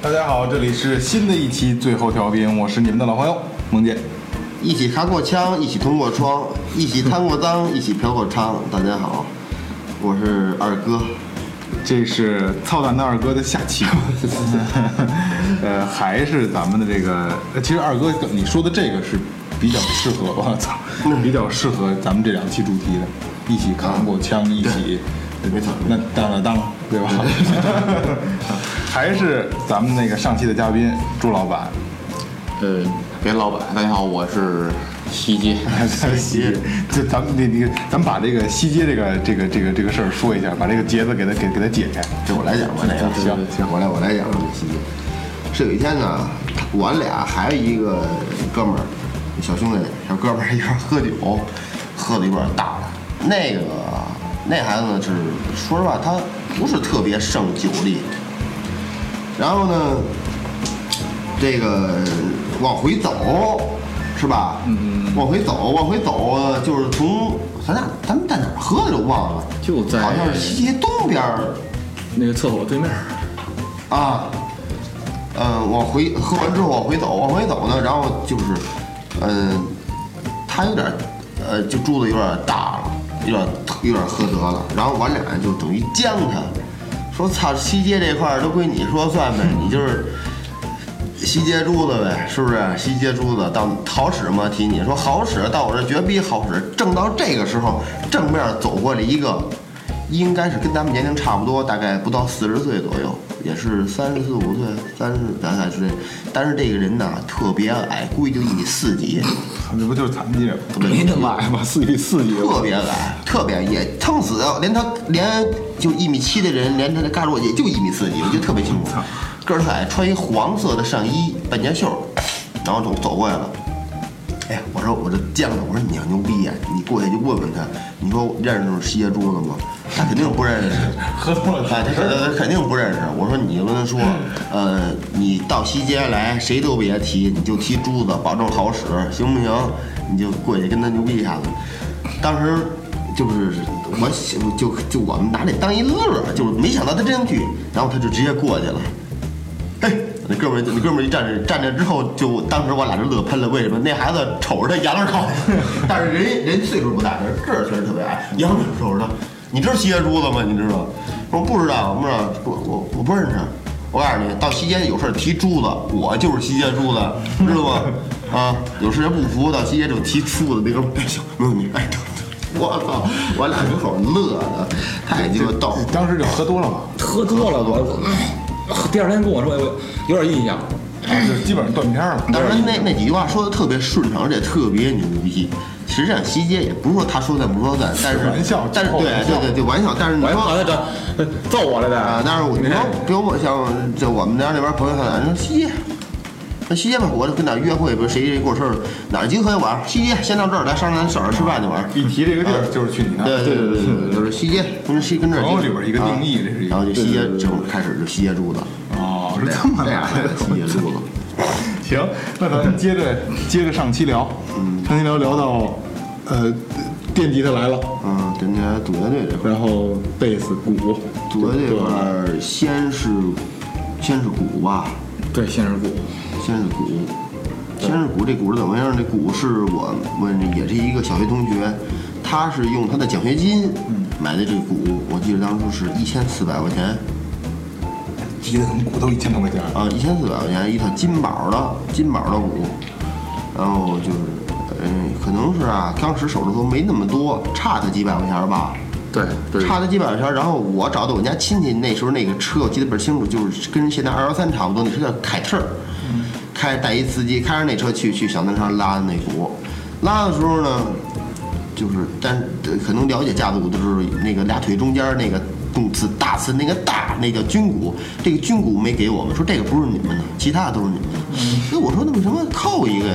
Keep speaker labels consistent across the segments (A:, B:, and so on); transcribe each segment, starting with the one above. A: 大家好，这里是新的一期最后调频，我是你们的老朋友梦见。
B: 一起扛过枪，一起通过窗，一起贪过赃，一起嫖过娼。大家好，我是二哥。
A: 这是操蛋的二哥的下 期，呃，还是咱们的这个，呃其实二哥你说的这个是比较适合，我操，比较适合咱们这两期主题的，一起扛过枪，一 起，
B: 没错
A: 那当了当了，对吧？ 还是咱们那个上期的嘉宾朱老板，
C: 呃，别老板，大家好，我是西街。
A: 西，这咱们那那，咱们把这个西街这个这个这个这个事儿说一下，把这个结子给它给给它解开。
B: 这我来讲吧，我来讲，
A: 行
B: 行，我来我来讲这细节。是有一天呢，我俩还有一个哥们儿，小兄弟，小哥们儿一块儿喝酒，喝的有点大了。那个那孩子呢，是说实话，他不是特别胜酒力。然后呢，这个往回走，是吧？嗯往回走，往回走，就是从咱俩咱们在哪儿喝的都忘了，
C: 就在
B: 好像是西街东边儿。
C: 那个厕所对面，
B: 啊，嗯，往回喝完之后往回走，往回走呢，然后就是，嗯，他有点儿，呃，就住的有点儿大了，有点儿有点儿喝得了，然后我俩就等于将他，说操，西街这块儿都归你说算呗，你就是。西街珠子呗，是不是？西街珠子到好使吗？提你说好使，到我这绝逼好使。正到这个时候，正面走过来一个，应该是跟咱们年龄差不多，大概不到四十岁左右，也是三十四五岁，三十大概之类。但是这个人呐，特别矮，估计就一米四几，
A: 这不就是残疾人吗？
C: 没那么矮吧？四米四米
B: 特别矮，特别也撑死，连他连就一米七的人，连他的嘎洛姐就一米四几，我觉得特别清楚。个儿特矮，穿一黄色的上衣，半截袖，然后走走过来了。哎呀，我说我这见了，我说你要牛逼呀、你过去就问问他，你说我认识西街珠子吗？他肯定不认识，
A: 喝多了
B: 哎，他肯定肯定不认识。我说你就跟他说，呃，你到西街来，谁都别提，你就提珠子，保证好使，行不行？你就过去跟他牛逼一下子。当时就是我想就就我们拿这当一乐儿，就是没想到他真去，然后他就直接过去了。 嘿，那哎哥们儿，那哥们儿一站着站着之后，就当时我俩就乐喷了。为什么？那孩子瞅着他牙根高，但是人人岁数不大，人个儿确实特别矮，仰着瞅着他。你知道西街珠子吗？你知道吗？我说不知道，不知道，不，我我不认识。我告诉你，到西街有事儿提珠子，我就是西街珠子，知道吗？啊，有事儿不服到西街就提珠子，那哥们儿哎行，没问题，哎，等等。 我操！我俩门口乐的，太鸡巴逗了。
A: 当时就喝多了吧，
C: 喝多了我，我第二天跟我说，哎我有点印象，
A: 就基本上断片了。
B: 当时那那几句话说的特别顺畅，而且特别牛逼。实际上西街也不是说他说算不说算，但是
A: 玩笑
B: 但是对
A: 开玩笑
B: 对对对玩笑，但是你
C: 我还
B: 说
C: 跑他这揍我来
B: 啊
C: 的，，
B: 但是我你说比如我像就我们家那边朋友他俩说西街，那西街吧，我跟哪儿约会，比如谁谁过生日，哪儿集合玩儿，西街先到这儿，来上咱小孩吃饭去玩儿。
A: 啊
B: 啊
A: 一提这个地儿就是去你那儿，
B: 对对对 对对，就是西街，跟西跟这儿集合
A: 朋友里边一个定义这是一个
B: 然后就西街就开始就西街住的，
A: 哦，是这么
B: 这
A: 来
B: 样
A: 的。
B: 西街 住的。
A: 行，那咱们接着接着上期聊，上期聊聊到，呃，电吉他来了，
B: 嗯，跟那家赌乐队这块儿。
A: 然后贝斯、鼓，
B: 组合这块儿先是先是鼓吧，
C: 对，先是鼓，
B: 先是鼓，先是鼓。这鼓是怎么样？这鼓是我们也是一个小学同学，他是用他的奖学金买的这个鼓，我记得当初是一千四百块钱
A: 吉他跟鼓都一千多块钱，
B: 啊，一千四百块钱一套金宝的金宝的鼓，然后就是嗯，可能是啊，当时手里头没那么多，差他几百块钱吧。
C: 对对，
B: 差了几百块钱。然后我找的我家亲戚那时候那个车，我记得倍儿清楚，就是跟现在二幺三差不多，那车叫凯特儿，开带一司机开着那车去去小南昌拉那股，拉的时候呢，就是但呃可能了解架子鼓的时候，那个俩腿中间那个动词大词那个大那叫军鼓，这个军鼓没给我们，说这个不是你们的，其他的都是你们的。
A: 嗯
B: 那我说那为什么扣一个呀？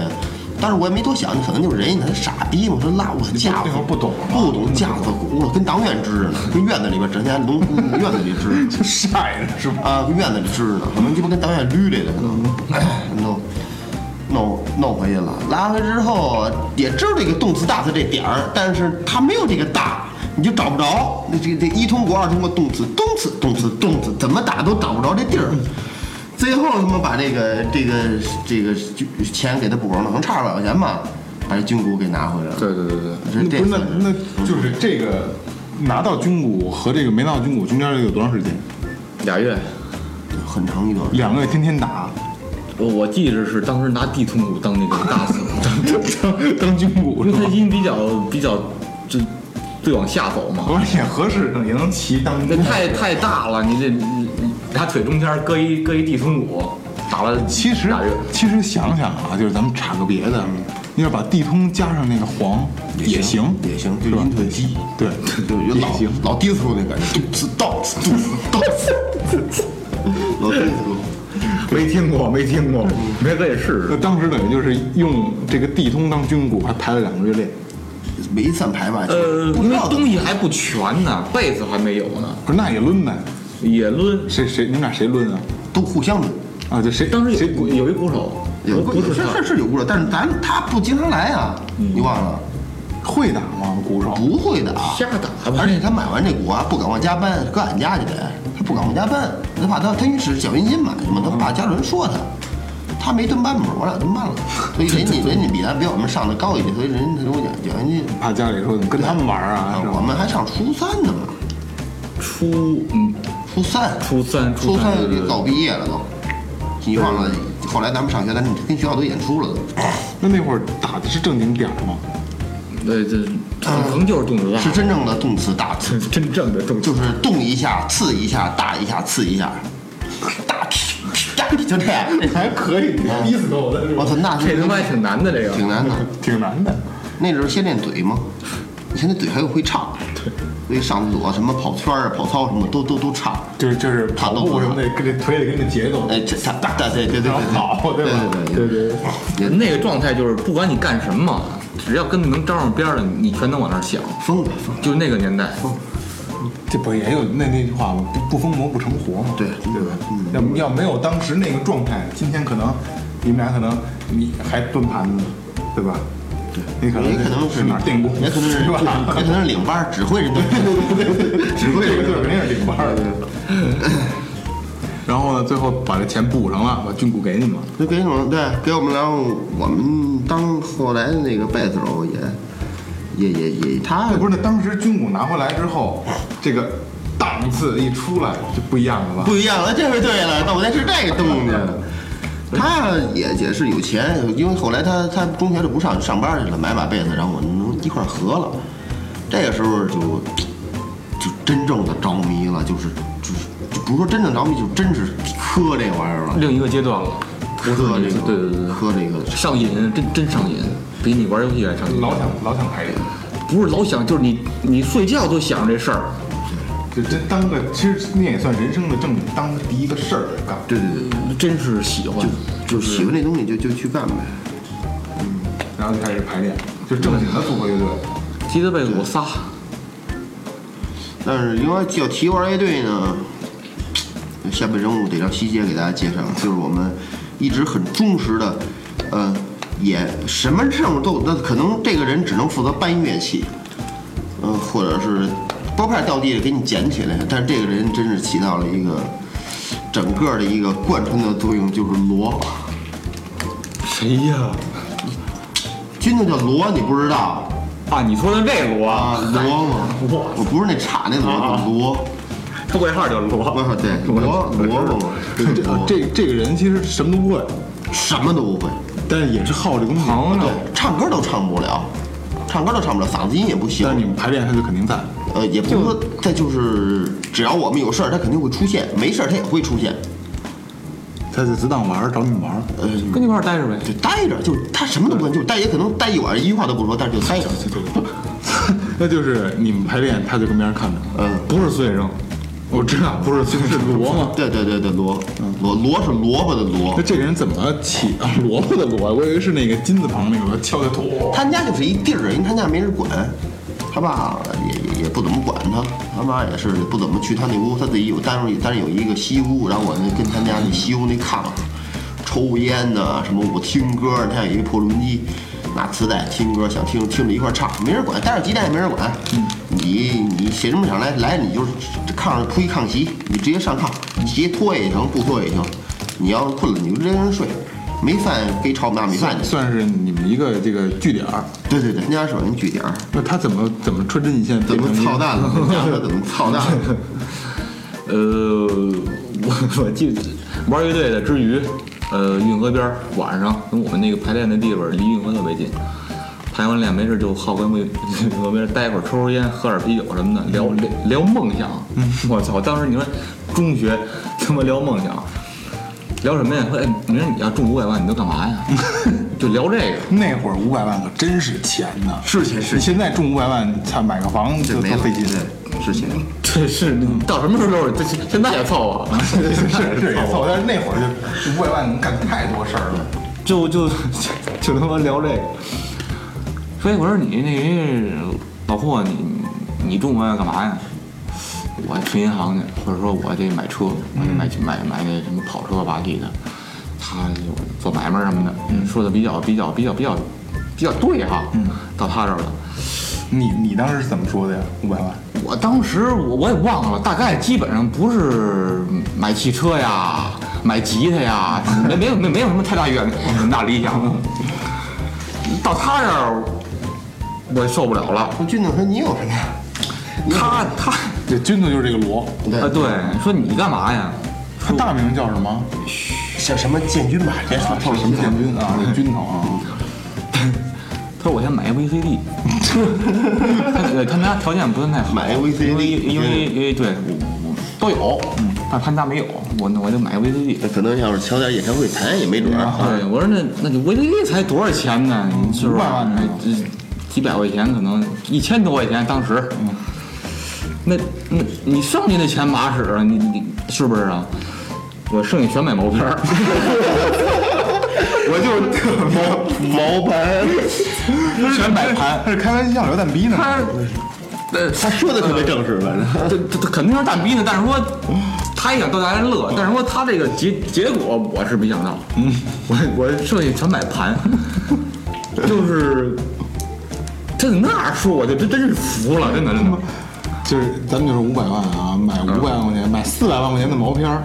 B: 当时我也没多想，可能就是人家那傻逼嘛，说拉我架子
A: 那会儿不懂啊
B: 不懂架子鼓，我跟党员支着呢，跟院子里边整天农嗯院子里支
A: 就晒着是吧？
B: 啊，跟院子里支着呢，可能鸡巴跟党员捋来的，可能哎
A: 嗯
B: 弄弄弄回去了，拉回之后也知道这个动词大词这点儿，但是它没有这个大。你就找不着，
A: 嗯
B: 那这这一通过二通过动词，动词动词动词，怎么打都找不着这地儿，最后他妈把这个这个这个钱给他补上了，能差二百块钱吧？把这军鼓给拿回来了。
C: 对对对对，
B: 这
A: 那
B: 这
A: 不是那
B: 算是
A: 那就是这个拿到军鼓和这个没拿到军鼓中间有多长时间？
C: 俩月，
B: 很长一段。
A: 两个月天天打，
C: 我我记着是当时拿地通鼓当那个大鼓，
A: 当当军鼓
C: 因
A: 是
C: 为它
A: 吧？
C: 音比较比较就最往下走嘛。
A: 不是也合适，也能骑当
C: 那
A: 军鼓。
C: 太太大了，你这你你俩腿中间搁一搁一地通鼓，打了
A: 其实
C: 俩月。
A: 其实想想啊，就是咱们插个别的，你要把地通加上那个黄也行，
B: 也行，就是
A: 吧
B: 阴腿鸡，
A: 对，
B: 就是有
A: 也行
B: 老老低俗那感觉，肚子到此肚子到此，老
C: 呃
B: 低俗。
C: 没听过，没听过，没可以试试
A: 那。当时等于就是用这个地通当军鼓，还排了两个月练。
B: 没散牌吧？
C: 呃，
B: 不
C: 因
B: 知
C: 为
B: 道
C: 东西还不全呢，被子还没有呢，
A: 不是那也抡呗？
C: 也抡。
A: 谁谁你们俩谁抡啊？
B: 都互相的，
A: 啊，就谁
C: 当时
A: 谁
C: 有鼓有一鼓手，
B: 有
C: 不
B: 过
C: 是
B: 是
C: 他
B: 是是有过手，但是咱他不经常来啊，
C: 嗯
B: 你忘了？
A: 会打吗？鼓手
B: 不会的，啊
C: 瞎打吧
B: 而。且他买完这股啊，不敢往家搬，搁俺家去得，他不敢往家搬，他怕他他因为是小云金买的嘛，他怕家里人说他，他没蹲班嘛，我俩蹲班了，所以人家人家比咱比我们上的高一点，所以人家跟我讲讲人家。
A: 怕家里说你跟他们玩啊，
B: 啊
A: 是，
B: 我
A: 吧？
B: 们还上初三呢嘛，
C: 初嗯
B: 初三，
C: 初三
B: 初
C: 三
B: 三
C: 对对
B: 就
C: 对
B: 早毕业了都，你忘了？后来咱们上学，咱跟学校都演出了都。
A: 那那会儿打的是正经点儿吗？
C: 对呃这可能就是动作大
B: 啊是，真正的动次打次，
C: 真真正的动
B: 就
C: 作。
B: 是动一下、刺一下、打一下、刺一下，打劈劈打就这 样。
A: 还可以，逼死我的是
B: 我？操，那
C: 这
B: 是
C: 他妈也挺难的，这
B: 挺
C: 个
B: 难的。
A: 啊哦挺难的。
B: 那时候先练嘴嘛，以前那嘴还有会唱，所以上厕所什么跑圈儿啊、跑操什么都都都唱。
A: 就是就是跑步什么的，跟这腿得跟着节奏，
B: 哎，这他对对对对
A: 然后
B: 对，
A: 跑，对吧？
B: 对
A: 对
B: 对
A: 对。
B: 对，
C: 那个状态就是不管你干什么，只要跟你能沾上边儿的，你全能往那儿想。
B: 疯了疯了。
C: 就那个年代，
A: 这不也有那那句话吗？不不疯魔不成活嘛。
B: 对
A: 对吧？嗯要要没有当时那个状态，今天可能你们俩可能你还蹲盘子，对吧？对，你可能
B: 也可能是
A: 是哪儿电工，
B: 也可能 是
A: 是吧？
B: 也可能是领班儿指挥人家，指挥
A: 这
B: 人
A: 个队
B: 家
A: 肯定是领班儿的。 然后呢，最后把这钱补上了，把军鼓给你们了。
B: 就给我们对给我们，然后我们当后来的那个贝斯手也也也也他
A: 哎那不是，那当时军鼓拿回来之后，这个档次一出来就不一样了吧？
B: 不一样了，这回对了，那我才是这个东西。他也也是有钱，因为后来他他中学就不上上班去了，买把被子，然后我们能一块儿合了。这个时候就就真正的着迷了，就是就是就不是说真正着迷，就真是磕这玩意儿了，
C: 另一个阶段了，
B: 磕这个，
C: 嗯对对对对
B: 磕这个。
C: 上瘾，真真上瘾，比你玩游戏还上瘾。
A: 老想老想排练，
C: 不是老想，就是你你睡觉都想着这事儿。
A: 就真当个，其实那也算人生的正当第一个事儿干。
B: 对对对，
C: 真是喜欢，
B: 就喜欢这东西就就去干呗。
A: 然后就开始排练，就正经的组合乐队。
C: 提着被我仨，
B: 但是因为叫提玩乐队呢，下面人物得让西街给大家介绍，就是我们一直很忠实的，呃，也什么任务都那可能这个人只能负责搬乐器，嗯、或者是拨片掉地了给你捡起来，但是这个人真是起到了一个整个的一个贯穿的作用，就是锣。
C: 谁呀？
B: 军队叫锣，你不知道
C: 啊，你说的这个
B: 啊
C: 啊？
B: 锣吗？
C: 我
B: 我不是那叉那锣，叫锣。
C: 他外号叫罗
B: 我操，啊对，锣锣嘛，
A: 这呃
B: 锣
A: 这这个人其实什么都不会，
B: 什么都不会。
A: 但是也是好这功夫。
B: 对，唱歌都唱不了，唱歌都唱不了，嗓子音也不行
A: 但。是你们排练他就肯定在。
B: 呃，也不是说他就是，只要我们有事儿，他肯定会出现；没事儿，他也会出现。
A: 他就只当玩儿，找你们玩儿。
B: 呃，
C: 跟你一块儿待着呗。
B: 就待着，就他什么都不干，就待，也可能待一晚上，一句话都不说，但是就待着。
A: 那就是你们排练，他就跟别人看着。
B: 嗯
A: 不是碎扔，我知道不是碎，是罗吗？
B: 对对对对，萝萝萝是萝卜的 萝
A: 那，这个人怎么起 啊？萝卜的萝，我以为是那个金字旁那个敲的土。
B: 他们家就是一地儿，因为他家没人管，他爸也也也不怎么管他，他妈也是不怎么去他那屋，他自己有单位，但是有一个西屋，然后我那跟他家那西屋那炕，抽烟呐、什么，我听歌，他有一个破录音机，拿磁带听歌，想听听着一块儿唱，没人管，带着鸡蛋也没人管，你你谁这么想来来你就是炕上铺一炕席，你直接上炕，鞋脱也行，不脱也行。你要是困了，你就扔人睡，没饭非炒大米饭去。
A: 算是你们一个这个据点儿。
B: 对对对，人家说你据点儿
A: 那他怎么怎么穿针引线
B: 怎
A: 变
B: 么
A: 成一
B: 操
A: 个？
B: 蛋 了？人家说怎么操蛋 了？
C: 呃，我我 记得玩乐队的之余，呃，运河边儿晚上跟我们那个排练的地方离运河特别近，排完练没事就好跟运 运河边儿待会儿抽抽烟，喝点啤酒什么的，聊聊聊梦想。我操！当时你说中学他妈聊梦想，聊什么呀？说哎，明儿你要中五百万，你都干嘛呀？ 就聊这个。
A: 那会儿五百万可真是钱呐！
B: 是钱
A: 你现在中五百万，操，买个房
B: 这
A: 就
B: 没
A: 多
B: 了
A: 费劲。
B: 对，是钱。
C: 这是到什么时候都是，这现在也凑合。
A: 是 是是也凑，但是那会儿就五百万能干太多事儿了。
C: 就就就他妈聊这个。 所以我说你那人老霍，你你中午要干嘛呀？我存银行去，或者说我得买车，我得买买买那什么跑车吧地的。他就做买卖什么的，说的比较比较比较比较比较对哈。到他这儿了，
A: 你你当时是怎么说的呀？五百万？
C: 我当时我我也忘了，大概基本上不是买汽车呀，买吉他呀，没没有没没有什么太大远 大理想。到他这儿，我受不了了。
B: 我军总说你有什么呀？
C: 他他
A: 这军头就是这个罗，
C: 呃
B: 对，
C: 对，说你干嘛呀？
A: 他大名叫什么？
B: 像什么建军吧，别说
A: 叫什么建军啊？这军头啊？
C: 他说我先买个 VCD，他呃他们家条件不是太好，
B: 买个
C: 因
B: VCD，
C: 为因为因为对我我都有，但他们家没有，我那我就买个 VCD。
B: 那可能要是敲点演唱会盘也没准儿。
A: 啊
C: 对，我说那那你维 VCD 才多少钱呢？你是不是？哎
A: 500万呢
C: 这几百块钱可能一千多块钱当时。
A: 嗯
C: 那那你剩下的钱嘛使啊？你你你是不是啊？我剩下全买毛片儿。
B: 我就是 特毛毛盘，
A: 全摆盘，他是开玩笑，聊蛋逼呢。
C: 他呃
B: 他说的特别正式，反正。
C: 这这这肯定是蛋逼呢，但是说他也想逗大家乐，但是说他这个结结果我是没想到，嗯，我 我剩下全买盘， 就是他在那儿说我就真真是服了，真的真的。
A: 就是咱们就是五百万啊，买五百万块钱，买四百万块钱的毛片儿，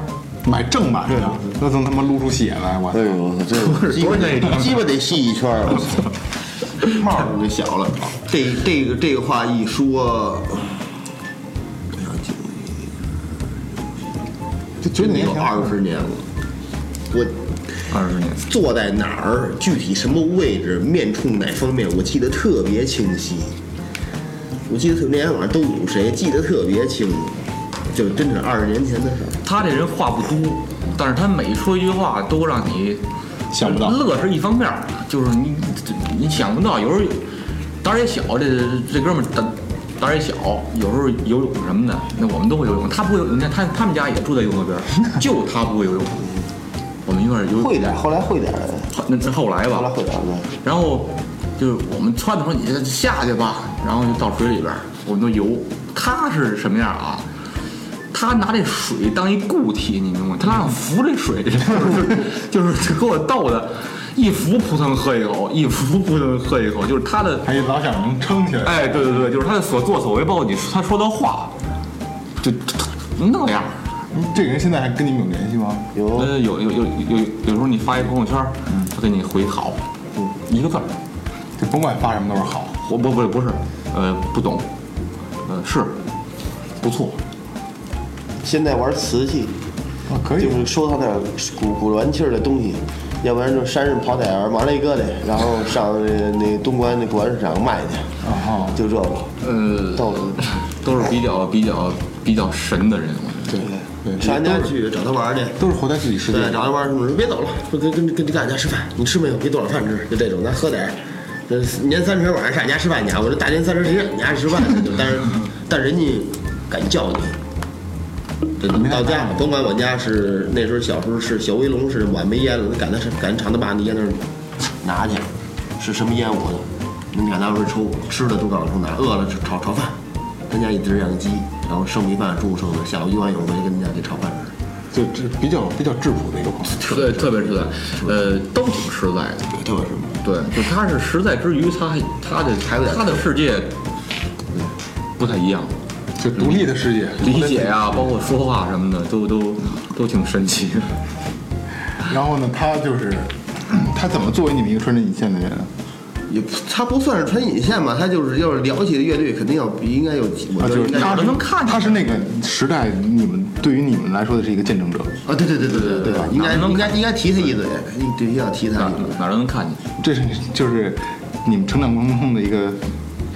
A: 买正版的，那能他妈撸出血来，我
B: 哎呦，我操，这鸡巴得鸡巴得细一圈儿，啊我操， 帽儿都给小了。这这个这个话一说，
A: 就觉得
B: 得
A: 你
B: 有二十年了。我
C: 二十年，
B: 坐在哪儿，具体什么位置，面冲哪方面，我记得特别清晰。我记得特那天晚上都有谁，记得特别清楚，就真是二十年前的事儿。
C: 他这人话不多，但是他每说一句话都让你
A: 想不到
C: 乐是一方面儿，就是你你想不到，有时候胆儿也小，这这哥们儿胆胆儿也小，有时候游泳什么的，那我们都会游泳，他不会游泳，你看他他们家也住在运河边儿，就他不会 游泳，我们一块儿游泳，
B: 会点儿，后来会点儿，
C: 那是后来吧，
B: 后来会点儿对。
C: 然后就是我们撺掇说你下去吧，然后就到水里边儿，我们都游。他是什么样啊？他拿这水当一固体，你明白吗？他让浮这水，就是 就是给我逗的，一浮扑腾喝一口，一浮扑腾喝一口，就是他的，
A: 还老想能撑起来。
C: 哎，对对对，就是他的所作所为，包括你他说的话，就那样。
A: 这个人现在还跟你们有联系吗？
B: 有
C: 呃，有有有有有时候你发一朋友圈儿，他给你回好，一个字儿，
A: 就甭管发什么都是好。
C: 我不不不是，呃，不懂，呃，是不错，
B: 现在玩瓷器，
A: 啊，可
B: 就
A: 以。
B: 是收藏点古古玩气儿的东西，要不然就山上跑点儿麻雷疙瘩，然后上那那东关那古玩市场卖去，
A: 然后
B: 就这个。
C: 呃，
B: 到了，
C: 都是比较比较比较神的人，我觉得
B: 对
A: 对
B: 上人家去找他玩儿去。
A: 都是活在自己世界
B: 对，
A: 里。
B: 找他玩儿，我说别走了，跟跟跟跟大家吃饭，你吃没有？给多少饭吃？就这种，咱喝点儿。呃，年三十晚上上你家吃饭去啊？我说大年三十谁让你家吃饭去？就但是，但人家敢叫你。这到家了，甭管我家是那时候小时候是小威龙是碗没烟了，那赶他赶厂他爸那烟那儿拿去，是什么烟我的？你敢拿出来抽，吃的都告诉拿，饿了就炒炒饭。他家一直养鸡，然后剩米饭中午剩的，下午一碗有回来跟人家给炒饭吃。
A: 就这比较比较质朴的一个朋友。
C: 特别特别实在，呃，都挺实在的，
B: 这个是吗？
C: 对，就他是实在之余，他还他的
B: 还有点
C: 他的世界不太一样，啊
A: 就独立的
C: 嗯
A: 世界，
C: 理解呀、包括说话什么的，都都都挺神奇的。
A: 然后呢，他就是他怎么作为你们一个穿针引线的人？啊
B: 也不他不算是穿引线吧，他就是要是聊起乐队，肯定要应该有几，我
A: 啊，
B: 觉
A: 就
B: 得
A: 是
B: 应该有
A: 他是
C: 能看见
A: 他是那个时代，你们对于你们来说的是一个见证者。
B: 啊，对对对对对对，应该
C: 哪能
B: 应该应该提他一嘴，你必须要提他
C: 哪
B: 一嘴。
C: 哪儿都能看见。
A: 这是就是你们成长过程中的一个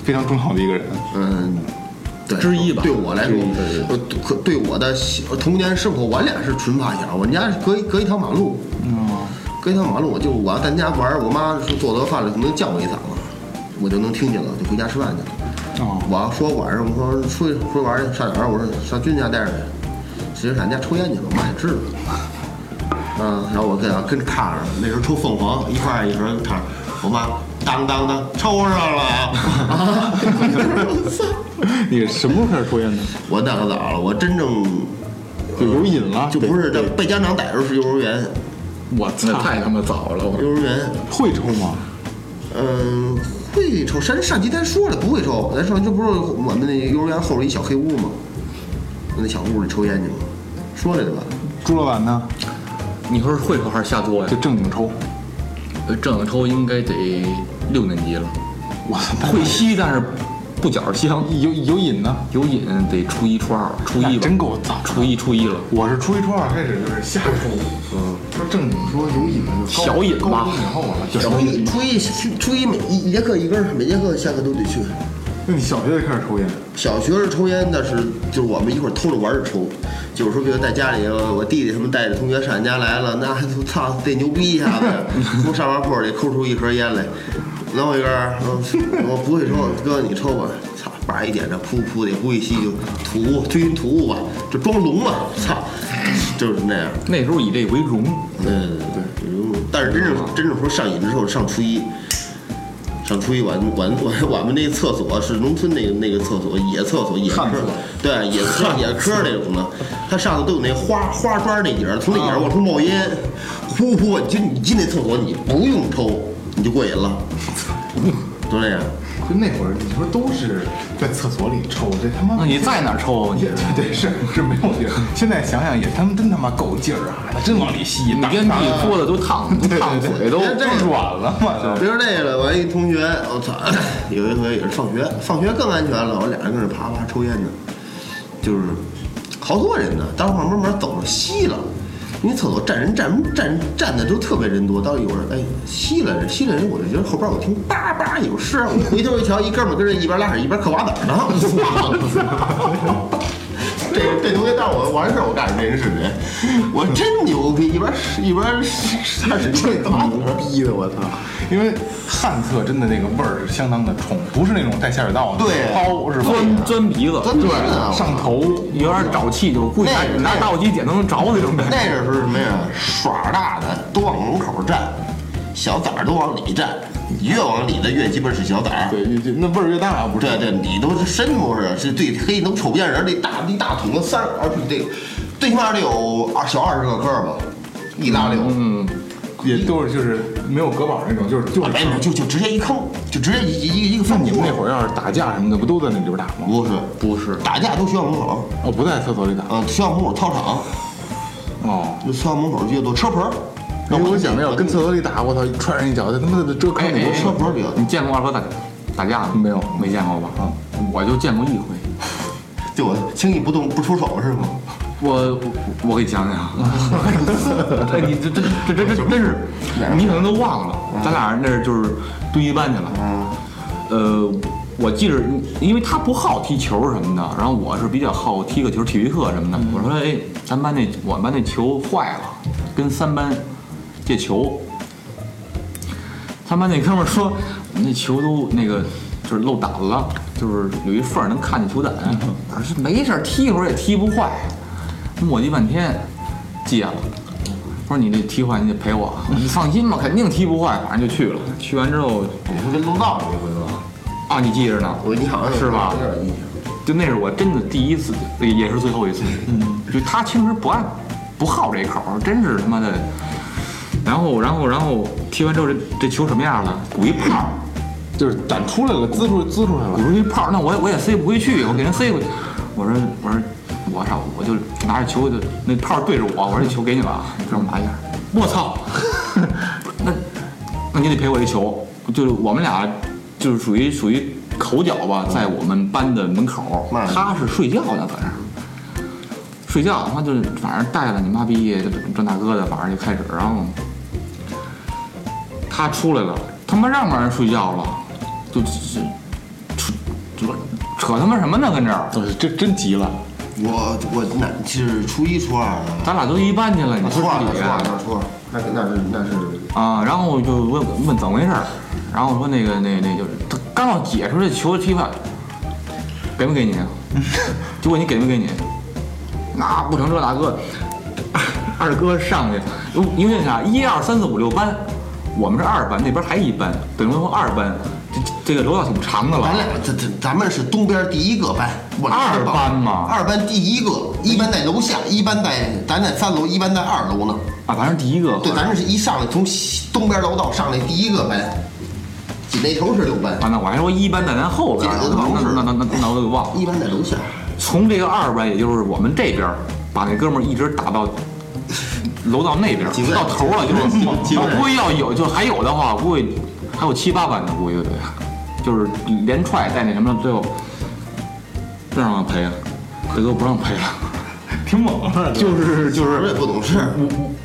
A: 非常重要的一个人。啊
B: 嗯，对，
C: 之一吧
B: 对我来说，我可对我的小童年生活，我俩是纯发小，我们家是隔一隔一条马路，
A: 哦，
B: 隔一条马路，就我要在家玩儿，我妈说做得饭了，可能叫我一嗓子，我就能听见了，就回家吃饭去了。
A: 哦，
B: 我要说晚上，我说出去出去玩儿去，上哪儿？我说上军家待着去，其实俺家抽烟去了，我妈也知道。嗯，然后我跟俺跟炕上，那时候抽凤凰，一块儿一盒炕上，我妈当当当抽上了啊！
A: 你什么时候开始抽烟的？
B: 我那可早了，我真正
A: 就有瘾了，
B: 就不是这被家长逮着是幼儿园，
A: 我
C: 那
A: 操，
C: 太他妈早了，我
B: 幼儿园，
A: 会抽吗？
B: 嗯，会抽。上上期咱说了不会抽，咱上期不是我们那幼儿园后边一小黑屋吗？那小屋里抽烟去吗？说来着吧。
A: 朱老板呢？
C: 你说是会抽还是瞎作呀
A: 就？正经抽。
C: 呃正经抽应该得六年级了，
A: 我操，
C: 会吸但是不觉着香，
A: 有有瘾呢。
C: 有瘾得初一初二，初一
A: 那
C: 吧，
A: 真够早。
C: 初一初一了。
A: 我是初一初二开始就是瞎抽，嗯，说正经说有瘾的就高
C: 小瘾吧
A: 高中以后了，就
B: 初一初一初一每一节课一根儿，每节课下课都得去。
A: 那你小学就开始抽烟？
B: 小学是抽烟，但是就是我们一会儿偷着玩儿着抽，就是说，比如在家里，我弟弟他们带着同学上俺家来了，那还操得牛逼一下子，从上班铺里抠出一盒烟来，拿我一根儿，我不会抽，哥你抽吧，操，叭一点着，噗噗的，也不会吸就吐雾，推心吐雾吧，就装聋了，操，就是那样。
C: 那时候以这为荣，
B: 对对嗯对对，但是真正真正说上瘾之后，上初一，上初一我们 我们我我们那厕所是农村那个那个厕所，野厕所，野科
A: 旱厕，
B: 对，野科野科那种的，它上头都有那花花砖那影儿，从那影儿往出冒烟，呼呼，你就你进那厕所，你不用抽，你就过瘾了， 就那样。
A: 就那会儿你说都是在厕所里抽，这他妈
C: 那你在哪儿抽啊？你
A: 也对对是是没有劲儿。现在想想也他们真他妈够劲儿啊，真往里吸，
C: 你
A: 大
C: 跟
A: 大
C: 你说的都烫都
A: 对
C: 烫
A: 对
C: 嘴
A: 对，
C: 都
A: 都
B: 这
A: 都软了嘛，就
B: 别说这个了，我一同学，我操，有一回也是放学，放学更安全了，我俩人跟那啪啪抽烟呢，就是好多人呢，当时慢慢慢走着吸了。因为厕所站人站站站的都特别人多，到一会儿哎吸了人吸了人，我就觉得后边我听叭叭有声，我回头一瞧，一哥们儿跟人一边拉屎一边嗑瓜子儿呢。这这同学，但我完事儿我告诉你，这人是谁？我真牛逼，一边一边拉屎一边嗑瓜子儿。
A: 逼的我操！因为旱厕真的那个味儿是相当的冲，不是那种带下水道的，
B: 对
A: 掏是吧？
C: 钻钻鼻子，
B: 真的啊！
A: 上头
C: 有点找气，就故意拿
B: 那个
C: 拿
B: 那个
C: 打火机点都能着那种感觉。
B: 那阵儿是什么呀？耍大的都往门口站，小崽儿都往里站，越往里的越鸡巴是小崽儿。
A: 对，就那味儿越大，不是？
B: 对对，你都是身不是，是最黑都瞅不见人儿，那大一大桶子三二得，最起码得有二小二十个个儿吧，一拉溜，
C: 嗯，
A: 也都是就是没有隔板那种，就是就是。
B: 没有哎就就直接一坑，就直接一一一一个
A: 啊那
B: 饭
A: 你们
B: 锅
A: 那。会儿要是打架什么的，不都在那里边打吗？
B: 不是，
C: 不是，
B: 打架都学校门口，
A: 哦，不在厕所里打。
B: 嗯、学校门口操场，
A: 哦，
B: 就学校门口越多车棚儿。
A: 那我想没有跟厕所里打，我操，踹人一脚，他妈的遮坑里
B: 哎
A: 边
B: 哎哎车不是比较
C: 你见过二哥打打架吗？
A: 没有
C: 没见过吧？
A: 啊，
C: 我就见过一回。
B: 就我轻易不动不出手是吗？
C: 我我给你讲讲，哎，你这这这这这真是，你可能都忘了，咱俩那儿就是蹲一班去了。呃，我记着，因为他不好踢球什么的，然后我是比较好踢个球，体育课什么的。我说，哎，咱班那我们班那球坏了，跟三班借球。他班那哥们儿说，我们那球都那个就是漏胆了，就是有一缝儿能看见球胆。我说没事儿，踢一会儿也踢不坏。磨叽半天，戒了。我说你这踢坏你得赔我，啊你放心吧，肯定踢不坏，反正就去了。去完之后
B: 你说跟楼道里那回吧？
C: 啊，你记着呢，
B: 我你好像有
C: 是吧
B: 有点印象。
C: 就那是我真的第一次，也是最后一次。
B: 嗯
C: 就他其实不爱，不好这口儿，真是他妈的。然后，然后，然后踢完之后，这这球什么样了？鼓一泡儿，
A: 就是胆出来了，滋出滋出来
C: 鼓
A: 了。
C: 出一泡儿，那我也我也塞不回去，我给人塞回去。我说，我说，我操，我就拿着球就那泡儿对着我，我说这球给你了啊，你知道嘛样儿？我操， 那那你得赔我一球。就是我们俩就是属于属于口角吧，在我们班的门口
B: 那，是
C: 他是睡觉呢，在那儿睡觉，他就是反正带了你妈逼这这大哥的，反正就开始，然后他出来了，他妈让不让人睡觉了？就就扯扯扯他妈什么呢？跟这儿，
A: 我哦这真急了，
B: 我我那是初一初二啊，
C: 咱俩都一班去了，你
B: 初二
C: 理
B: 初
C: 去
B: 二初二，那那是那是
C: 啊，然后我就问问怎么回事儿，然后我说那个那那就是他刚要解出这球的踢法，给没给 你啊？就问你给没给你？那不成这大哥， 二哥上去，因为啥？啊一二三四五六班，我们是二班，那边还一班，等于说二班，这这个楼道挺长的了
B: 咱。俩咱咱咱们是东边第一个班，我这
C: 二班嘛
B: 二班第一个，一班在楼下，一班在咱在三楼，一班在二楼呢。
C: 啊，反正第一个，
B: 对，咱这是一上来从西东边楼道上来第一个班，紧那头是六班，
C: 啊，那我还说一班在咱后边儿，
B: 这个都是
C: 那那那那那我给忘了。
B: 一班在楼下。
C: 从这个二班，也就是我们这边儿，把那哥们儿一直 打到楼道那边儿
B: 几位，
C: 到头了就是
A: 几位几位
C: 我估计要有就还有的话，我估计还有七八班呢，估计对，就是连踹带那什么，最后不让我赔啊，大哥不让赔了，
A: 挺猛啊，
C: 就是就
B: 我
C: 是
B: 也不懂事，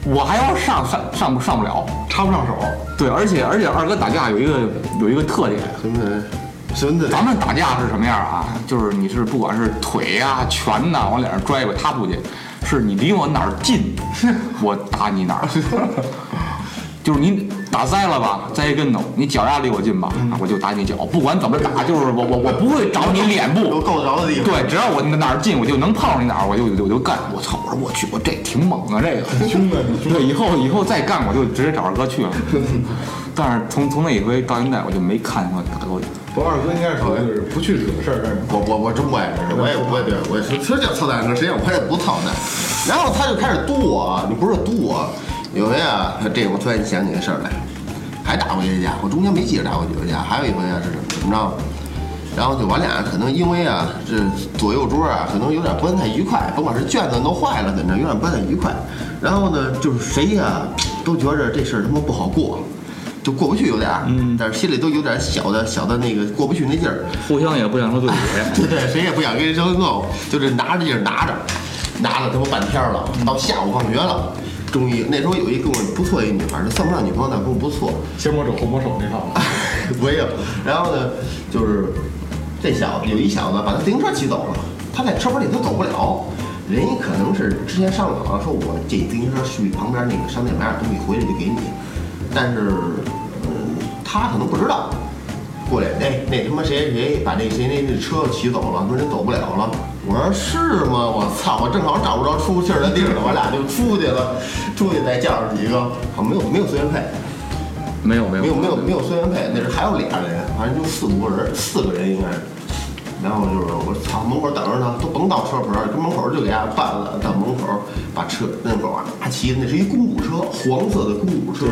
C: 我我还要上上上不上不了，
A: 插不上手，
C: 对，而且而且二哥打架有一个有一个特点，
B: 真的真的
C: 咱们打架是什么样啊？就是你是不管是腿呀、拳呐、往脸上拽吧，他不去，是你离我哪儿近， 我打你哪儿。 就是你打栽了吧，栽一跟头，你脚丫离我近吧，那我就打你脚，不管怎么打，就是我我我不会找你脸部。
B: 有够着的地方。
C: 对，只要我哪儿近，我就能碰上你哪儿，我就我就我就干。我操！我说我去，我这挺猛啊，这个。
A: 凶的你
C: 对，以后以后再干我就直接找二哥去了。但是从从那一回到现在，我就没看过大哥。
A: 我二哥应该是属于就是不去惹事儿，但是
B: 我我我真不爱吃，我也我也对我也是，说叫操蛋哥，实际上我也不操蛋。然后他就开始嘟我，你不是嘟我，有回啊，这个我突然想起个事儿来，还打过一回架，我中间没记着打过几回架，还有一回啊是怎么着？然后就我俩可能因为啊，这左右桌啊，可能有点不太愉快，甭管是卷子弄坏了怎着，有点不太愉快。然后呢，就是谁呀、都觉着这事儿他妈不好过，就过不去有点儿，但是心里都有点小的小的那个过不去那劲儿。
C: 互相也不想说对不起。
B: 对，谁也不想跟人相弄，就是拿着劲儿拿着，拿了他妈半天儿了，到下午放学了，终于那时候有一跟我不错一女孩儿，这算不上女朋友，但跟我不错，
A: 先摸手后摸手那套，
B: 没有。然后呢，就是这小子有一小子把他自行车骑走了，他在车棚里他走不了。人家可能是之前上网说，我这自行车去旁边那个商店买点东西回来就给你，但是，嗯，他可能不知道。过来，那那他妈谁谁谁把那谁那那车骑走了，说人走不了了。我说是吗？我操！我正好找不着出气儿的地儿了，我俩就出去了，出去再叫上几个，好没有没有随身配，
C: 没有没有
B: 没有没有没有孙元佩，那是还有俩人，反正就四五个人，四个人应该是。然后就是我操，门口等着他，都甭到车棚，跟门口就给他办了，到门口把车那会儿啊骑的那是一公务车，黄色的公务车，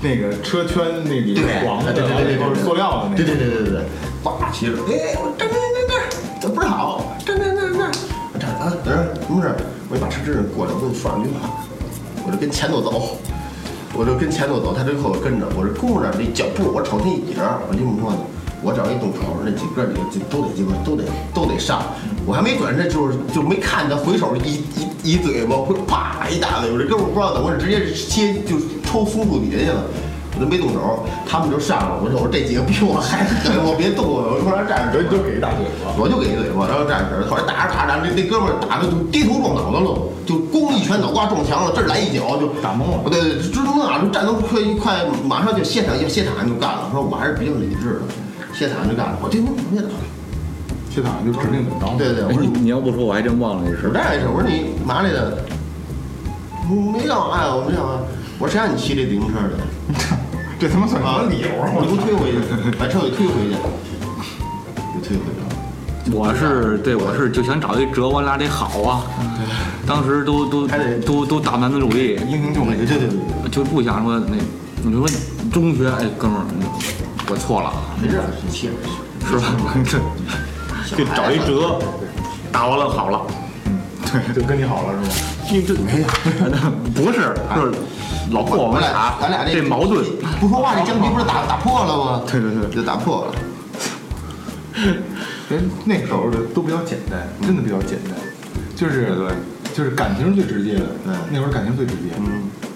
A: 那个车圈那里
B: 对，
A: 黄的，
B: 对对
A: 然
B: 对
A: 后
B: 对
A: 都
B: 对，
A: 是塑料的那
B: 对
A: 个，
B: 对对对对对，叭骑着，哎，我站站站站，这不是好，站站站站，我站啊，等着什么事儿？我就把车支着过来，我跟你说两句话，我就跟前头走，我就跟前头走，他就后头跟着，我这姑娘这脚步，我瞅他一影儿，我这么说呢。我找一洞口，那几个就就都得鸡巴都得都得上，我还没转身，就是就没看他回手一一一嘴巴，会啪一大嘴巴，我这哥们儿不知道怎么回事，直接切就抽松树底下去了。我就没动手，他们就上了。我说我说这几个比我还狠，我别动我，我说让站着，
A: 人就给一大嘴巴。
B: 我就给一嘴巴，然后站起来，后来打着打着，这那哥们儿打的就低头撞脑袋了，就咣一拳脑瓜撞墙了，这儿来一脚就
A: 打懵了
B: 对对，对直通啊，就战斗快快，马上就歇场，要歇场就干了。说我还是比较理智的，歇场就干了。我这能别打了。
A: 现场就指定怎么着，
B: 对对，我
C: 哎
B: 说
C: 你
B: 你
C: 你要不说，我还真忘了这事
B: 指
C: 儿。
B: 这事，我说你嘛来的？嗯没让我按，我没让我按。我说谁让你骑这自行车的？
A: 这他妈算什
B: 啊
A: 么，理由啊？
B: 你给
A: 我操
B: 我推 回去，把车给推回去，给推回去。
C: 我是对，我是就想找一辙，我俩得好啊。当时都都
B: 还得
C: 都都大男子主义，
A: 英雄救美，
B: 对对对，
C: 就不想说那，你说中学，哎，哥们儿，我错了，
B: 谁让你骑？
C: 是 吧？就找一辙，打完了好了。
A: 对，就跟你好了是吗？
C: 你这没有，不是，就是老过往外
B: 咱俩
C: 打，
B: 啊咱俩
C: 这矛盾，
B: 不说话这僵局不是 打打破了吗？
C: 对对对
B: 就打破了。
A: 人那时候的都比较简单，真的比较简单，就是
C: 嗯对嗯对
A: 就是感情是最直接的，
C: 对
A: 那会儿感情最直接，嗯，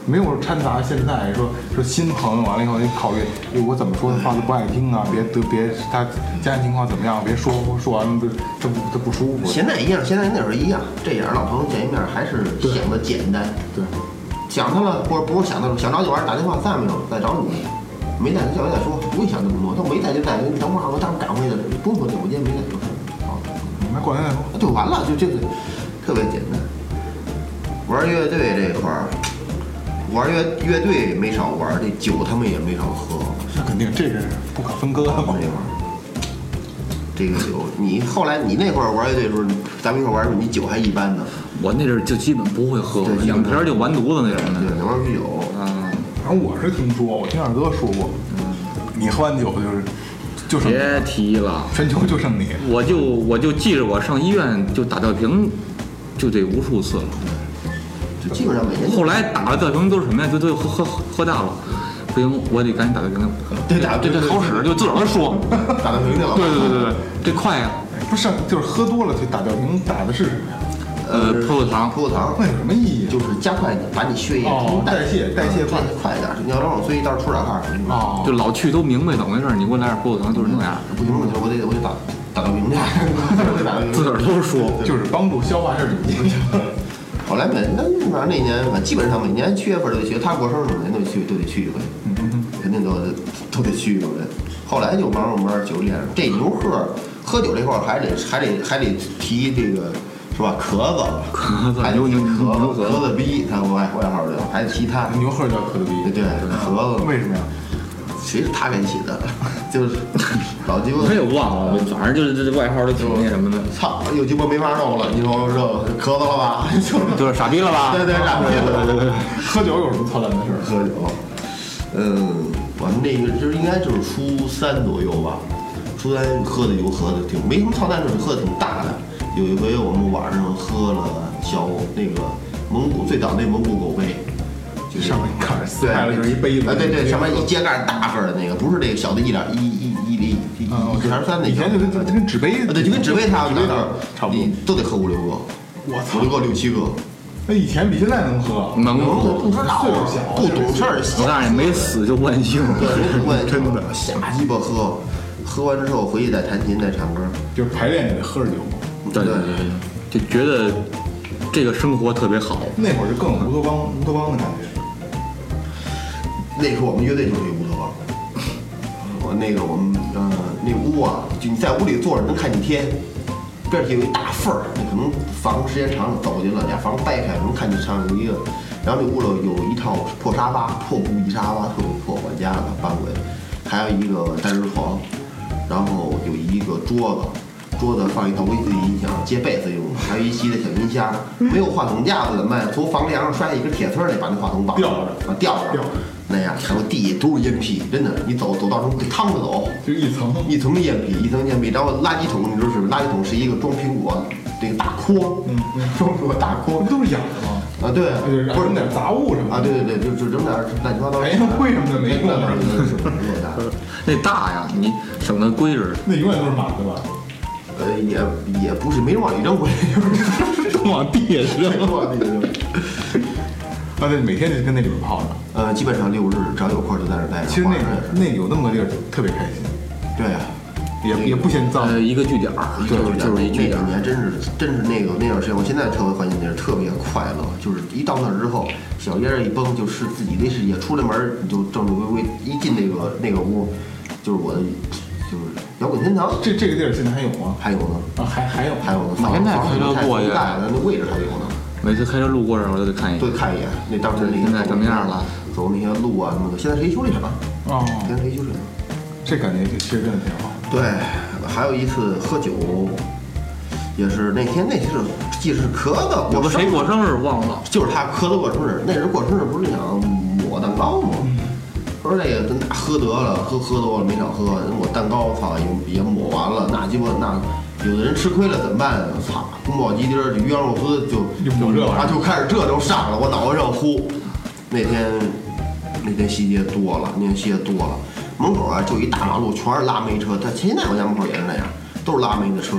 A: 没有掺杂现在说说新朋友完了以后你考虑，哎我怎么说的话他不爱听
C: 嗯
A: 啊，别得别他家庭情况怎么样，别说说完了这这不这不舒服，
B: 现在一样，现在那会儿一样，这也是老朋友见一面还是想的简单，
A: 对，
B: 想他了，或者不是想他了，想找你玩儿打电话在没有，再找你，没在就下回再说，不会想那么多，他没在就在，你等会儿我待会儿赶回去了，不回去我今天没在就好，
A: 你们过年再说，
B: 就完了，就这个特别简单。玩乐队这块儿，玩乐乐队没少玩儿，这酒他们也没少喝，
A: 那肯定这个是不可分割的
B: 我
A: 嘛
B: 们，
C: 嗯
B: 这块儿。这个酒，你后来你那会儿玩乐队的时候，咱们一块儿玩的时候，你酒还一般呢。
C: 我那阵儿就基本不会喝
B: 对，
C: 两瓶儿就完犊子那种
B: 对
C: 的。，
B: 两罐啤酒，
C: 啊，
A: 反正我是听说，我听二哥说过，你喝完酒就是就剩
C: 嗯别提了，
A: 全球就剩你，
C: 我就我就记着我上医院就打吊瓶，就得无数次了。
B: 就基本上每年
C: 后来打了吊瓶都是什么呀？就都喝喝喝大了，不行，我得赶紧打吊瓶。
B: 对打
C: 这这好使，就自个儿说。
B: 打到瓶去了。
C: 对对对对对，这快呀！
A: 不是就是喝多了去打吊瓶打的是什么呀？
C: 呃，葡萄糖，
B: 葡萄糖
A: 那有什么意义啊？
B: 就是加快你把你血液
A: 哦代
B: 代嗯
A: 谢代谢快
B: 快快一点，你要老往所以到时候出点汗什么的，
A: 哦
C: 就老去都明白怎么回事儿，你给我来点葡萄糖就是那样，
B: 不行我就我得我得打打到瓶去，我得打到瓶
C: 自个儿
B: 去。
C: 都说。
A: 就是帮助消化热水 器。
B: 后来每那反正那年基本上每年七月份都得去，他过生日每年都得去都得去一回，肯定都得都得去一回。后来就慢慢慢慢酒练上，这牛喝喝酒这块儿还得还得还得提这个是吧？壳子，
C: 壳子
B: 还得
C: 牛
B: 提
C: 牛
B: 壳
C: 牛
B: 子，
C: 壳子
B: 壳子逼，他外外号叫，还得提他。
A: 牛喝叫可乐
B: 对
A: 逼，
B: 对，盒子
A: 为什么呀？
B: 谁是他给起的？就是老鸡巴，
C: 我也忘了，反正就是这外号都挺那什么的，
B: 操，有鸡巴没法弄了，你说这咳嗽了吧？就是
C: 就是傻逼了吧？
B: 对对傻逼了，
A: 喝酒有什么操蛋的事儿？
B: 喝酒。嗯，我们这个就是应该就是初三左右吧，初三喝的酒喝的挺没什么操蛋，就是喝的挺大的。有一回我们晚上喝了小那个蒙古最早那蒙古狗杯，就是
A: 上面盖儿撕
B: 对，
A: 开了哎就是一杯子，
B: 啊，对对，上面一揭盖儿大份儿的那个，不是这个小的一点儿一一一一一一
A: 嗯，我知
B: 一
A: 道
B: 二三那
A: 以前就跟就
B: 啊，
A: 跟纸杯，
B: 对，就跟纸杯差不
A: 纸
B: 多
A: 杯的，差不多
B: 你。都得喝五六个，
A: 我操
B: 五六个六七个，
A: 那以前比现在能喝，
C: 能喝
B: 不知道
A: 岁数小
B: 不懂事儿，
C: 我告诉你，没死就万幸。
B: 对，
A: 真的
B: 瞎鸡巴喝，喝完之后回去再弹琴再唱歌，
A: 就是排练也得喝着酒。
C: 对对对，对，就觉得这个生活特别好。
A: 那会儿就更有乌托邦乌托邦的感觉。
B: 那时候我们乐队就是乌托邦。我那个我们呃那屋啊，就你在屋里坐着能看见天，边儿上有一大缝儿，你可能房时间长了走进了，俩房掰开能看见上有一个，然后这屋里有一套破沙发，破布艺沙发，特别破，我家的搬过来的，还有一个单人床，然后有一个桌子，桌子放一套威斯音响，接贝斯用的，还有一吸的小音箱，没有话筒架子怎么办？从房梁上摔一根铁丝儿得把那话筒绑
A: 吊
B: 上
A: 着
B: 啊吊着
A: 吊着
B: 那样，还有地都是烟屁，真的，你走走道中得趟着走，
A: 就一层，
B: 一层烟屁，一层烟屁，然后垃圾桶，你知道是什么？垃圾桶是一个装苹果这个大筐，
A: 嗯嗯
B: 装苹果大
A: 我
B: 筐
A: 们都是养的嘛，
B: 啊，对，
A: 就是
B: 不是
A: 扔点杂物什么
B: 啊，
A: 的。
B: 对对对，就就扔点乱七八糟，
A: 哎呀会什么的没用
B: 那那那是苹果大。
C: 那大呀，你省得规制，
A: 那永远都是满的 吧？
B: 呃，也也不是没人往里扔，我也
C: 都往地下
B: 没人。往里扔。
A: 啊，对，每天就跟那里边泡着。
B: 呃，基本上六日只要有空就在那儿待着。
A: 其实那
B: 晚上也
A: 个
B: 是
A: 那有那么个地儿特别开心，
B: 对啊，
A: 也也不嫌脏。
C: 呃，一个据点儿，就是就是一据点
B: 那两
C: 儿。
B: 年真是真是那个那段时间，我现在特别怀念那是特别快乐，就是一到那儿之后，小烟儿一崩就是自己的世界，出了门儿你就正正规规，一进那个那个屋，就是我的就是摇滚天堂，
A: 这这个地儿现在还有吗？
B: 还有呢，
A: 啊，还还有
B: 还有呢，
C: 我现在回头过去
B: 盖的那位置还有呢。
C: 每次开车路过这儿，我都得看一
B: 对，
C: 眼。
B: 看一眼那当时那个
C: 现在什么样了？
B: 走那些路啊什么的，现在谁修理厂？现
A: 哦，
B: 在谁修理厂？
A: 这感觉其实真的挺好。
B: 对，还有一次喝酒，也是那天那次记得是咳的，
C: 有
B: 我
C: 个谁
B: 生
C: 过生日忘了，
B: 就是他磕头过生日，那人过生日不是想抹蛋糕吗？说这个那喝得了，喝喝多了没少喝，我蛋糕操也也抹完了，那鸡巴那有的人吃亏了怎么办？操，宫保鸡丁儿、鱼香肉丝就
A: 就抹这玩意儿
B: 啊，就开始这都上了，我脑袋上呼。那天那天西街多了，那天西街多了，门口啊就一大马路，全是拉煤车。他前几天我家门口也是那样，都是拉煤的车，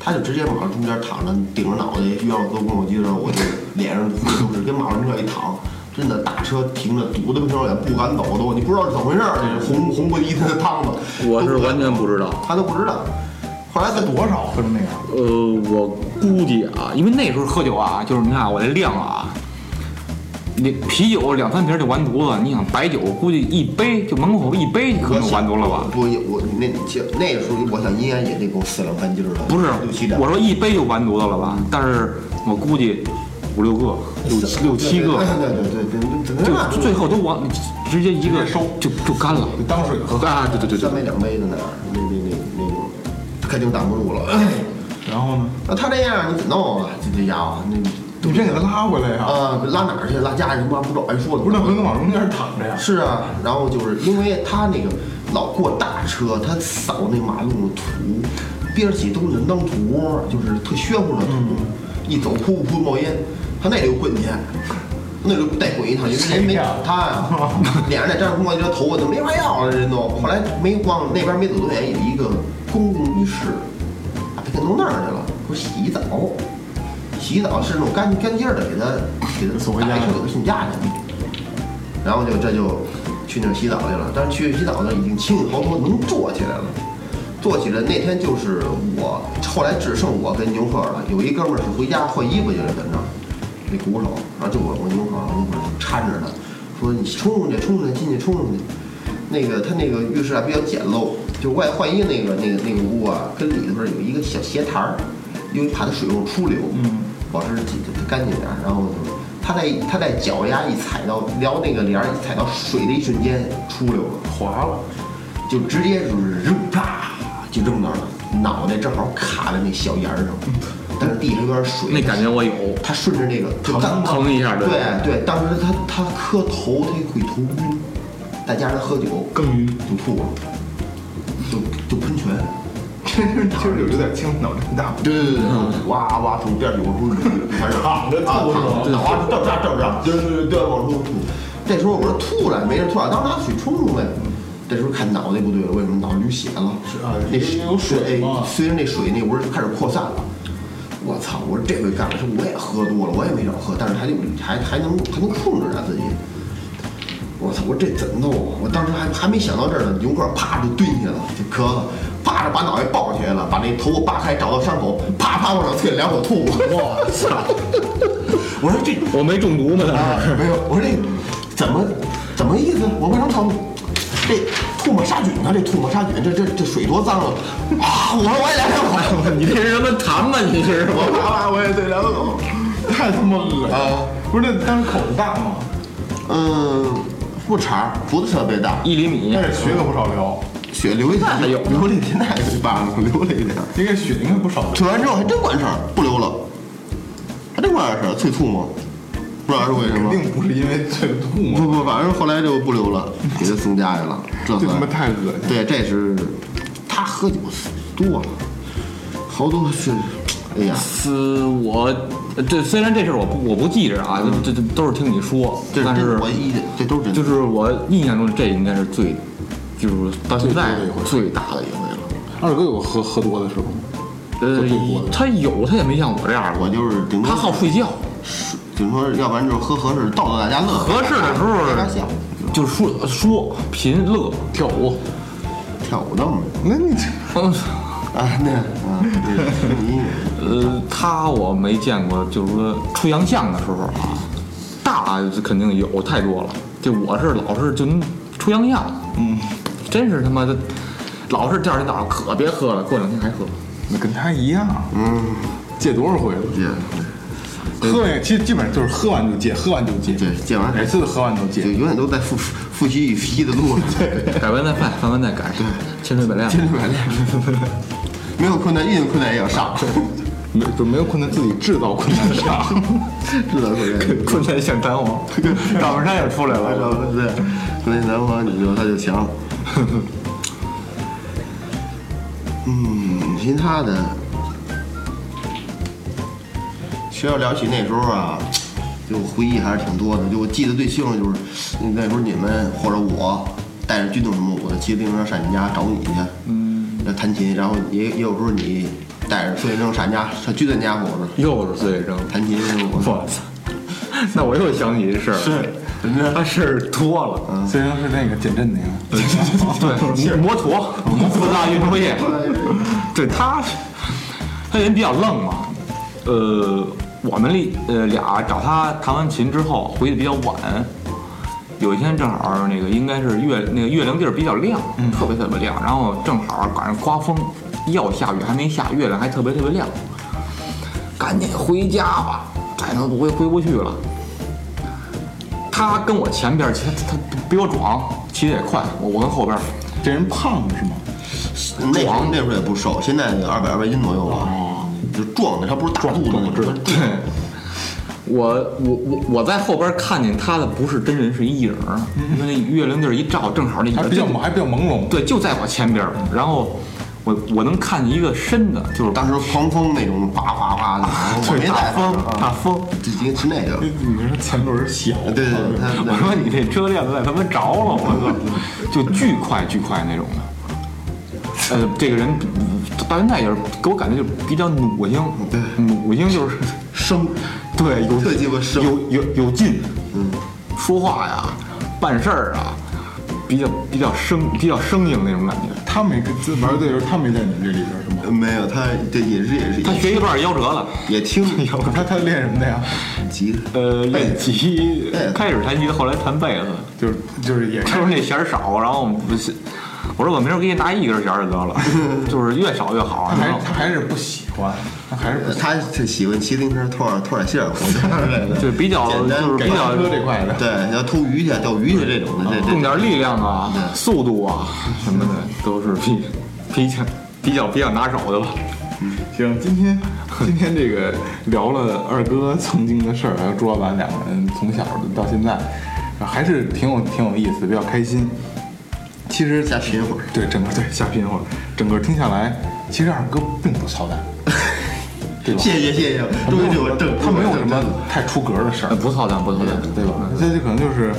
B: 他就直接马路中间躺着，顶着脑袋，遇上我坐公共汽车，我就脸上都是跟马路中间一躺。真的，大车停着堵的不行，也不敢走都，你不知道是怎么回事儿，这红红不一的汤子，
C: 我是完全不知道。
B: 他都不知道。后来他
A: 多少喝成那样？
C: 呃，我估计啊，因为那时候喝酒啊，就是你看我这量啊，你啤酒两三瓶就完犊子，你想白酒估计一杯就门口一杯可能完犊子了吧？
B: 我我那那个时候，我想应该也得够四两半斤儿了。
C: 不是
B: 六七，两。
C: 我说一杯就完犊子了吧？但是我估计五六个、六七六七个，
B: 对对对对对，那
C: 哎就最后都完，直接一个
A: 直接收
C: 就就干了。
A: 当水喝。
C: 啊，对对对对
B: 三，杯两杯的那样，那那那那种，肯定挡不住了。
A: 然后呢？
B: 那他这样，你怎么弄啊？这这家伙，那
A: 你这给他拉回来呀、
B: 啊，拉哪儿去？拉家里妈不找挨说的。
A: 不是，那不能往中间躺着呀。
B: 是啊，然后就是因为他那个老过大车，他扫那马路的土，边儿起都是人当土窝儿，就是特炫乎的土，
A: 嗯
B: 一走噗噗冒烟，他那就混去。那就带滚一趟，因为人没
A: 谁呀
B: 他 呀，脸上在沾着空气，这头发都没法要了，人都。后来没往那边没走多远，有一个公共浴室，啊，他给弄那儿去了，说洗澡，洗澡是那种干干净儿的，给他给他
A: 送回家
B: 打一车给他送家去。然后就这就去那儿洗澡去了。但是去洗澡呢，已经清醒好多，能坐起来了。坐起来那天就是我，后来只剩我跟牛克了。有一哥们儿是回家换衣服去了，在那儿，那鼓手，然后就我我牛克，我牛克搀着他，说你冲冲去，冲冲去，进去冲冲去。那个他那个浴室啊比较简陋，就外换衣那个那个那个屋啊，跟里头有一个小斜台儿，因为怕它水用出流，
A: 嗯，
B: 保持这这干净点儿。然后就是他在他在脚丫一踩到撩那个帘儿，一踩到水的一瞬间出溜了，
A: 滑了，
B: 就直接就是扔啪就扔那儿了，脑袋正好卡在那小沿儿上，但是地上有点水，
C: 那感觉我有，
B: 他顺着那个就当
C: 疼一下
B: 对
C: 对
B: 对，当时他他磕头，他会头晕，再加上喝酒
A: 更晕，
B: 就吐了，就就喷泉。
A: 真是就是有有点轻，脑震荡。
B: 对对对
A: 嗯
B: 对，哇哇从边儿涌出开始
A: 躺着吐
B: 啊，
A: 是吧
B: 躺着躺着到这到这，对对对对，往出吐。这时候我说吐了，没人吐了，当时拿水冲冲呗。这时候看脑袋不对了，为什么脑袋流血了？
A: 是啊
B: 呃那
A: 因为有水
B: 对
A: 嘛
B: 哎随着那水那味儿开始扩散了。我操！我说这回干了，说我也喝多了，我也没少喝，但是还得还还能还能控制着自己。我操！我这怎么弄啊？我当时还还没想到这儿呢，牛哥啪就蹲下了，就咳了，啪着把脑袋抱起来了，把那头发扒开找到伤口，啪啪往上啐了两口吐。我操！ 我说这
C: 我没中毒吗？
B: 啊
C: 当时
B: 没有，我说这怎么怎么意思？我为什么疼？这唾沫杀菌呢？这唾沫杀菌，这这这水多脏啊！啊！我说我也来两口。
C: 你 这是什么痰吗？你这是
B: 我啪啪我也得两口。
A: 太他妈恶心
B: 啊！
A: 不是，那当时口子大吗？
B: 嗯，裤衩儿不是特别大，
C: 一厘米
B: 嗯
A: 但，是血可不少流，
B: 血流一点，
C: 那还有呢
B: 流了一点，那还有疤呢，流了一点。
A: 应该血应该不少流。
B: 腿完之后还真管事儿，不流了，还真管点事儿，催吐吗？不知道是为什
A: 肯
B: 么。
A: 定不是因为这个吐沫，
B: 不不，反正后来就不流了，给他送家去了。这
A: 这他妈
B: 算
A: 太恶心。
B: 对，这是他喝酒多了，好多是，哎呀，
C: 是我这虽然这事儿我不我不记着啊，这这都是听你说，
B: 这
C: 但
B: 真
C: 是
B: 我一这都是真的。
C: 就是我印象中这应该是最，就是到现在
B: 最多的一回
C: 最大的一回了。
A: 二哥有喝喝多的时候吗？
C: 呃，他有他也没像我这样
B: 我
C: 过，
B: 就是顶多
C: 他好睡觉，
B: 顶多要不然就是喝合适，逗逗大家乐。
C: 合适的时
B: 大家笑，
C: 候就是说说贫乐跳 舞，
B: 跳舞的嘛。
A: 那你这
C: 嗯
B: 啊，那啊，对你
C: 呃，他我没见过，就是说出洋相的时候啊，大肯定有太多了。就我是老是就出洋相，嗯，真是他妈的，老是第二天早上可别喝了，过两天还喝。
A: 那跟他一样，
B: 嗯，
A: 戒多少回了？
B: 戒
A: 喝也其实基本上就是喝完就戒，喝完就戒，
B: 戒戒完
A: 每次喝完都
B: 就
A: 戒。
B: 永远都在复复习与批的路上，
C: 改完再犯，犯完再改，千锤百炼。
B: 千锤百炼。没有困难，遇见困难也要 上，
A: 没就没有困难，自己制造困难上。
B: 知道困难。
C: 困难像弹 簧，赵本山也出来
B: 来
C: 了。
B: 找对，那南方你说他就强。 嗯，其他的，其实要聊起那时候啊，就回忆还是挺多的。就我记得最清楚就是那时候你们或者我带着军统什么，我就骑自行车上你家找你去，嗯，要弹琴，然后也也有时候你带着孙先生上你家上军队家伙子
C: 又是醉生，
B: 弹琴什么的，
C: 我操！那我又想起一事儿，
A: 是
B: 真的
C: 他事儿多了，
A: 虽然是那个简震那个，
C: 对， 摩托，四大运输业， 对他，他人比较愣嘛，呃，我们俩呃俩找他弹完琴之后回去比较晚，有一天正好那个应该是月那个月亮地儿比较亮，特别特别亮，然后正好赶上刮风，要下雨还没下，月亮还特别特别亮，赶紧回家吧，再能回回不去了。他跟我前边骑，他他比我壮，骑得也快，我我跟后边。
A: 这人胖是吗？
B: 那时候那时候也不瘦，现在二百二百斤左右吧，就壮的，他不是大肚子那种，
C: 对，我我我我在后边看见他的不是真人，是一影儿，因为那月亮地儿一照，正好那影
A: 还
C: 儿
A: 比较
C: 就
A: 还比较朦胧，
C: 对，就在我前边儿，然后我我能看见一个身的，就是
B: 当时狂风那种叭叭 叭的，我没
C: 大
B: 带
C: 风大
B: 啊，
C: 风，
B: 就直接吃那个。
A: 你说前轮小，
B: 对对对，他
C: 我说你这车链子在他妈着了，我操，就巨快巨快那种的。呃，这个人嗯到现在也是给我感觉就是比较努性，
B: 对
C: 努性就是生， 对，有
B: 特鸡巴生
C: 有有有劲，嗯，说话呀，办事儿啊，比较比较生比较生硬那种感觉。
A: 他没跟自玩队的时候，他没在你们这里边是吗？
B: 没有，他这也是也是
C: 他学一半儿夭折了，
B: 也听
A: 他他练什么的呀？
B: 吉他，
C: 呃，练吉
B: 贝斯
C: 开始弹吉他，后来弹贝斯，
A: 就是就是也
C: 他说那弦儿少，然后我们不信，我说我明儿给你拿一根弦儿就得了，就是越少越 好。
B: 啊
A: 他还
C: 然后
A: 是他还是不喜欢，他还是不喜
B: 他他喜欢骑自行车拖点拖点线儿活动
C: 就是比较
B: 简单
A: 欢
C: 就是比
A: 自
C: 较
A: 行车这块的。嗯
B: 对，要偷鱼去、钓鱼去这种的，这
C: 用
B: 这
C: 点力量啊、速度啊什么的，都是比比较比较比较拿手的吧。
A: 行，今 天今天这个聊了二哥曾经的事儿，还有朱老板两个人从小到现在，还是挺有挺有意思，比较开心。其实
B: 瞎贫会儿。
A: 对整个对瞎拼会儿，整个听下来，其实二哥并不操蛋， 对吧？
B: 谢谢谢谢，
A: 他
B: 终
A: 没
B: 于对
A: 有
B: 我正，
A: 嗯他没有什
B: 正
A: 么太出格的事儿
C: 呃，，不操蛋，不操蛋，
A: 对吧？他这可能就是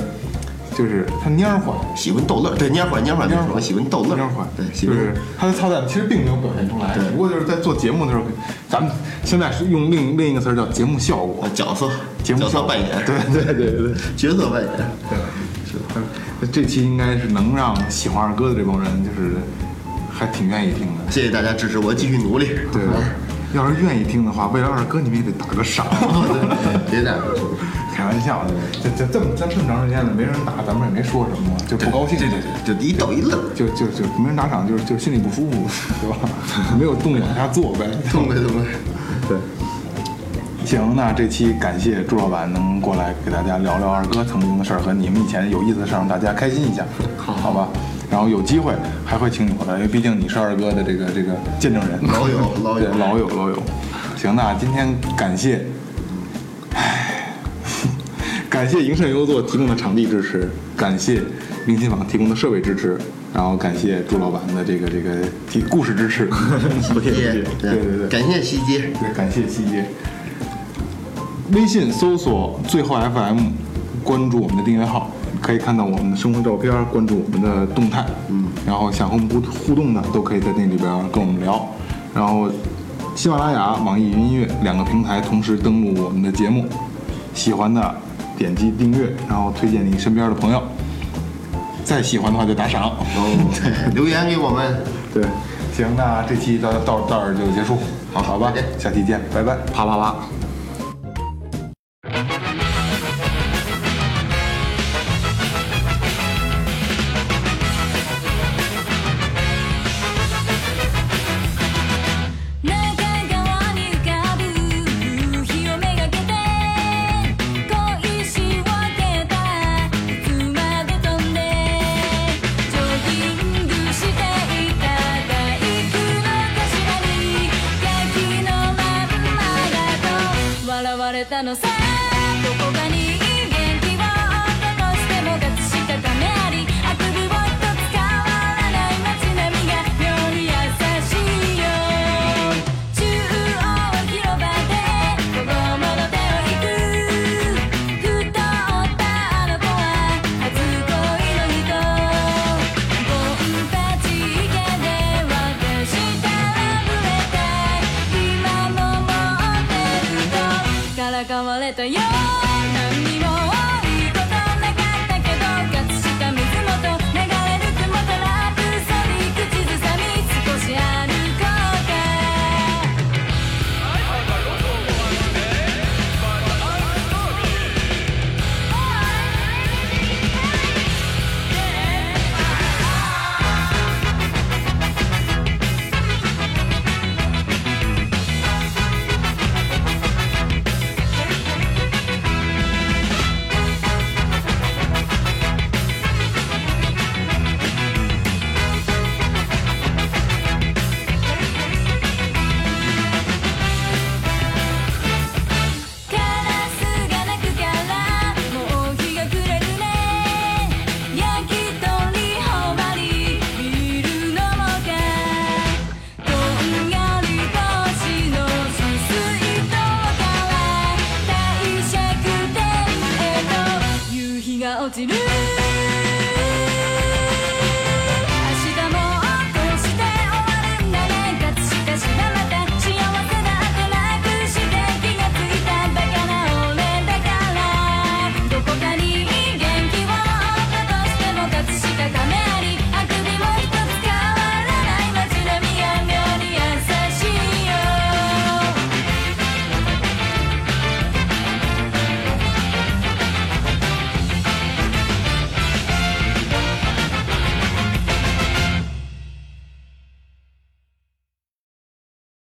A: 就是他蔫儿坏。
B: 喜欢逗乐儿，对蔫儿坏蔫儿坏没
A: 蔫儿
B: 说，
A: 坏
B: 喜欢逗乐
A: 蔫
B: 儿
A: 儿坏，，
B: 对，喜
A: 就
B: 欢
A: 是他的操蛋其实并没有表现出来，只不过就是在做节目的时候，咱们现在是用另另一个词儿叫节目效果
B: 啊，角色
A: 节目
B: 角
A: 效
B: 色
A: 果
B: 扮演，
A: 对对对对对。
B: 角色扮演，
A: 嗯这期应该是能让喜欢二哥的这帮人，就是还挺愿意听的。
B: 谢谢大家支持，我继续努力。
A: 对，要是愿意听的话，为了二哥你们也得打个 赏。
B: 别打，
A: 开玩笑的，这这这么咱这么长时间了，没人打，咱们也没说什么，就不高兴。对对对。
B: 就一逗一乐儿，
A: 就就就没人打赏，就是就是心里不舒服，对 吧？没有动力往下做呗。
B: 痛快痛快。
A: 对。行，那这期感谢朱老板能过来给大家聊聊二哥曾经的事儿和你们以前有意思的事儿，让大家开心一下，好吧？然后有机会还会请你回来，因为毕竟你是二哥的这个这个见证人，
B: 老友老友
A: 对老友老友。行，那今天感谢，唉，感谢营盛优作提供的场地支持，感谢明琴坊提供的设备支持，然后感谢朱老板的这个这个提故事支持，不
B: 谢谢，
A: 对对对。
B: 感谢西街，
A: 对，感谢西街。微信搜索最后 FM，关注我们的订阅号，可以看到我们的生活照片，关注我们的动态。嗯，然后想和我们互互动的都可以在那里边跟我们聊。然后，喜马拉雅、网易云音乐两个平台同时登录我们的节目，喜欢的点击订阅，然后推荐你身边的朋友。再喜欢的话就打赏。
B: 哦， 留言给我们，
A: 对，行，那这期到到到这儿就结束，好好吧
B: 再见，
A: 下期见，拜拜。
C: 啪啪啪。
D: 中川に浮かぶ日をめがけて恋し分けたいつまで飛んでジョギングしていた大工の頭にガキのまんまだと笑われたのさどこかに元気をどうしても隠したためありあくびをと使わない街並みが妙に優しいよ中央広場で子供の手を引くたよ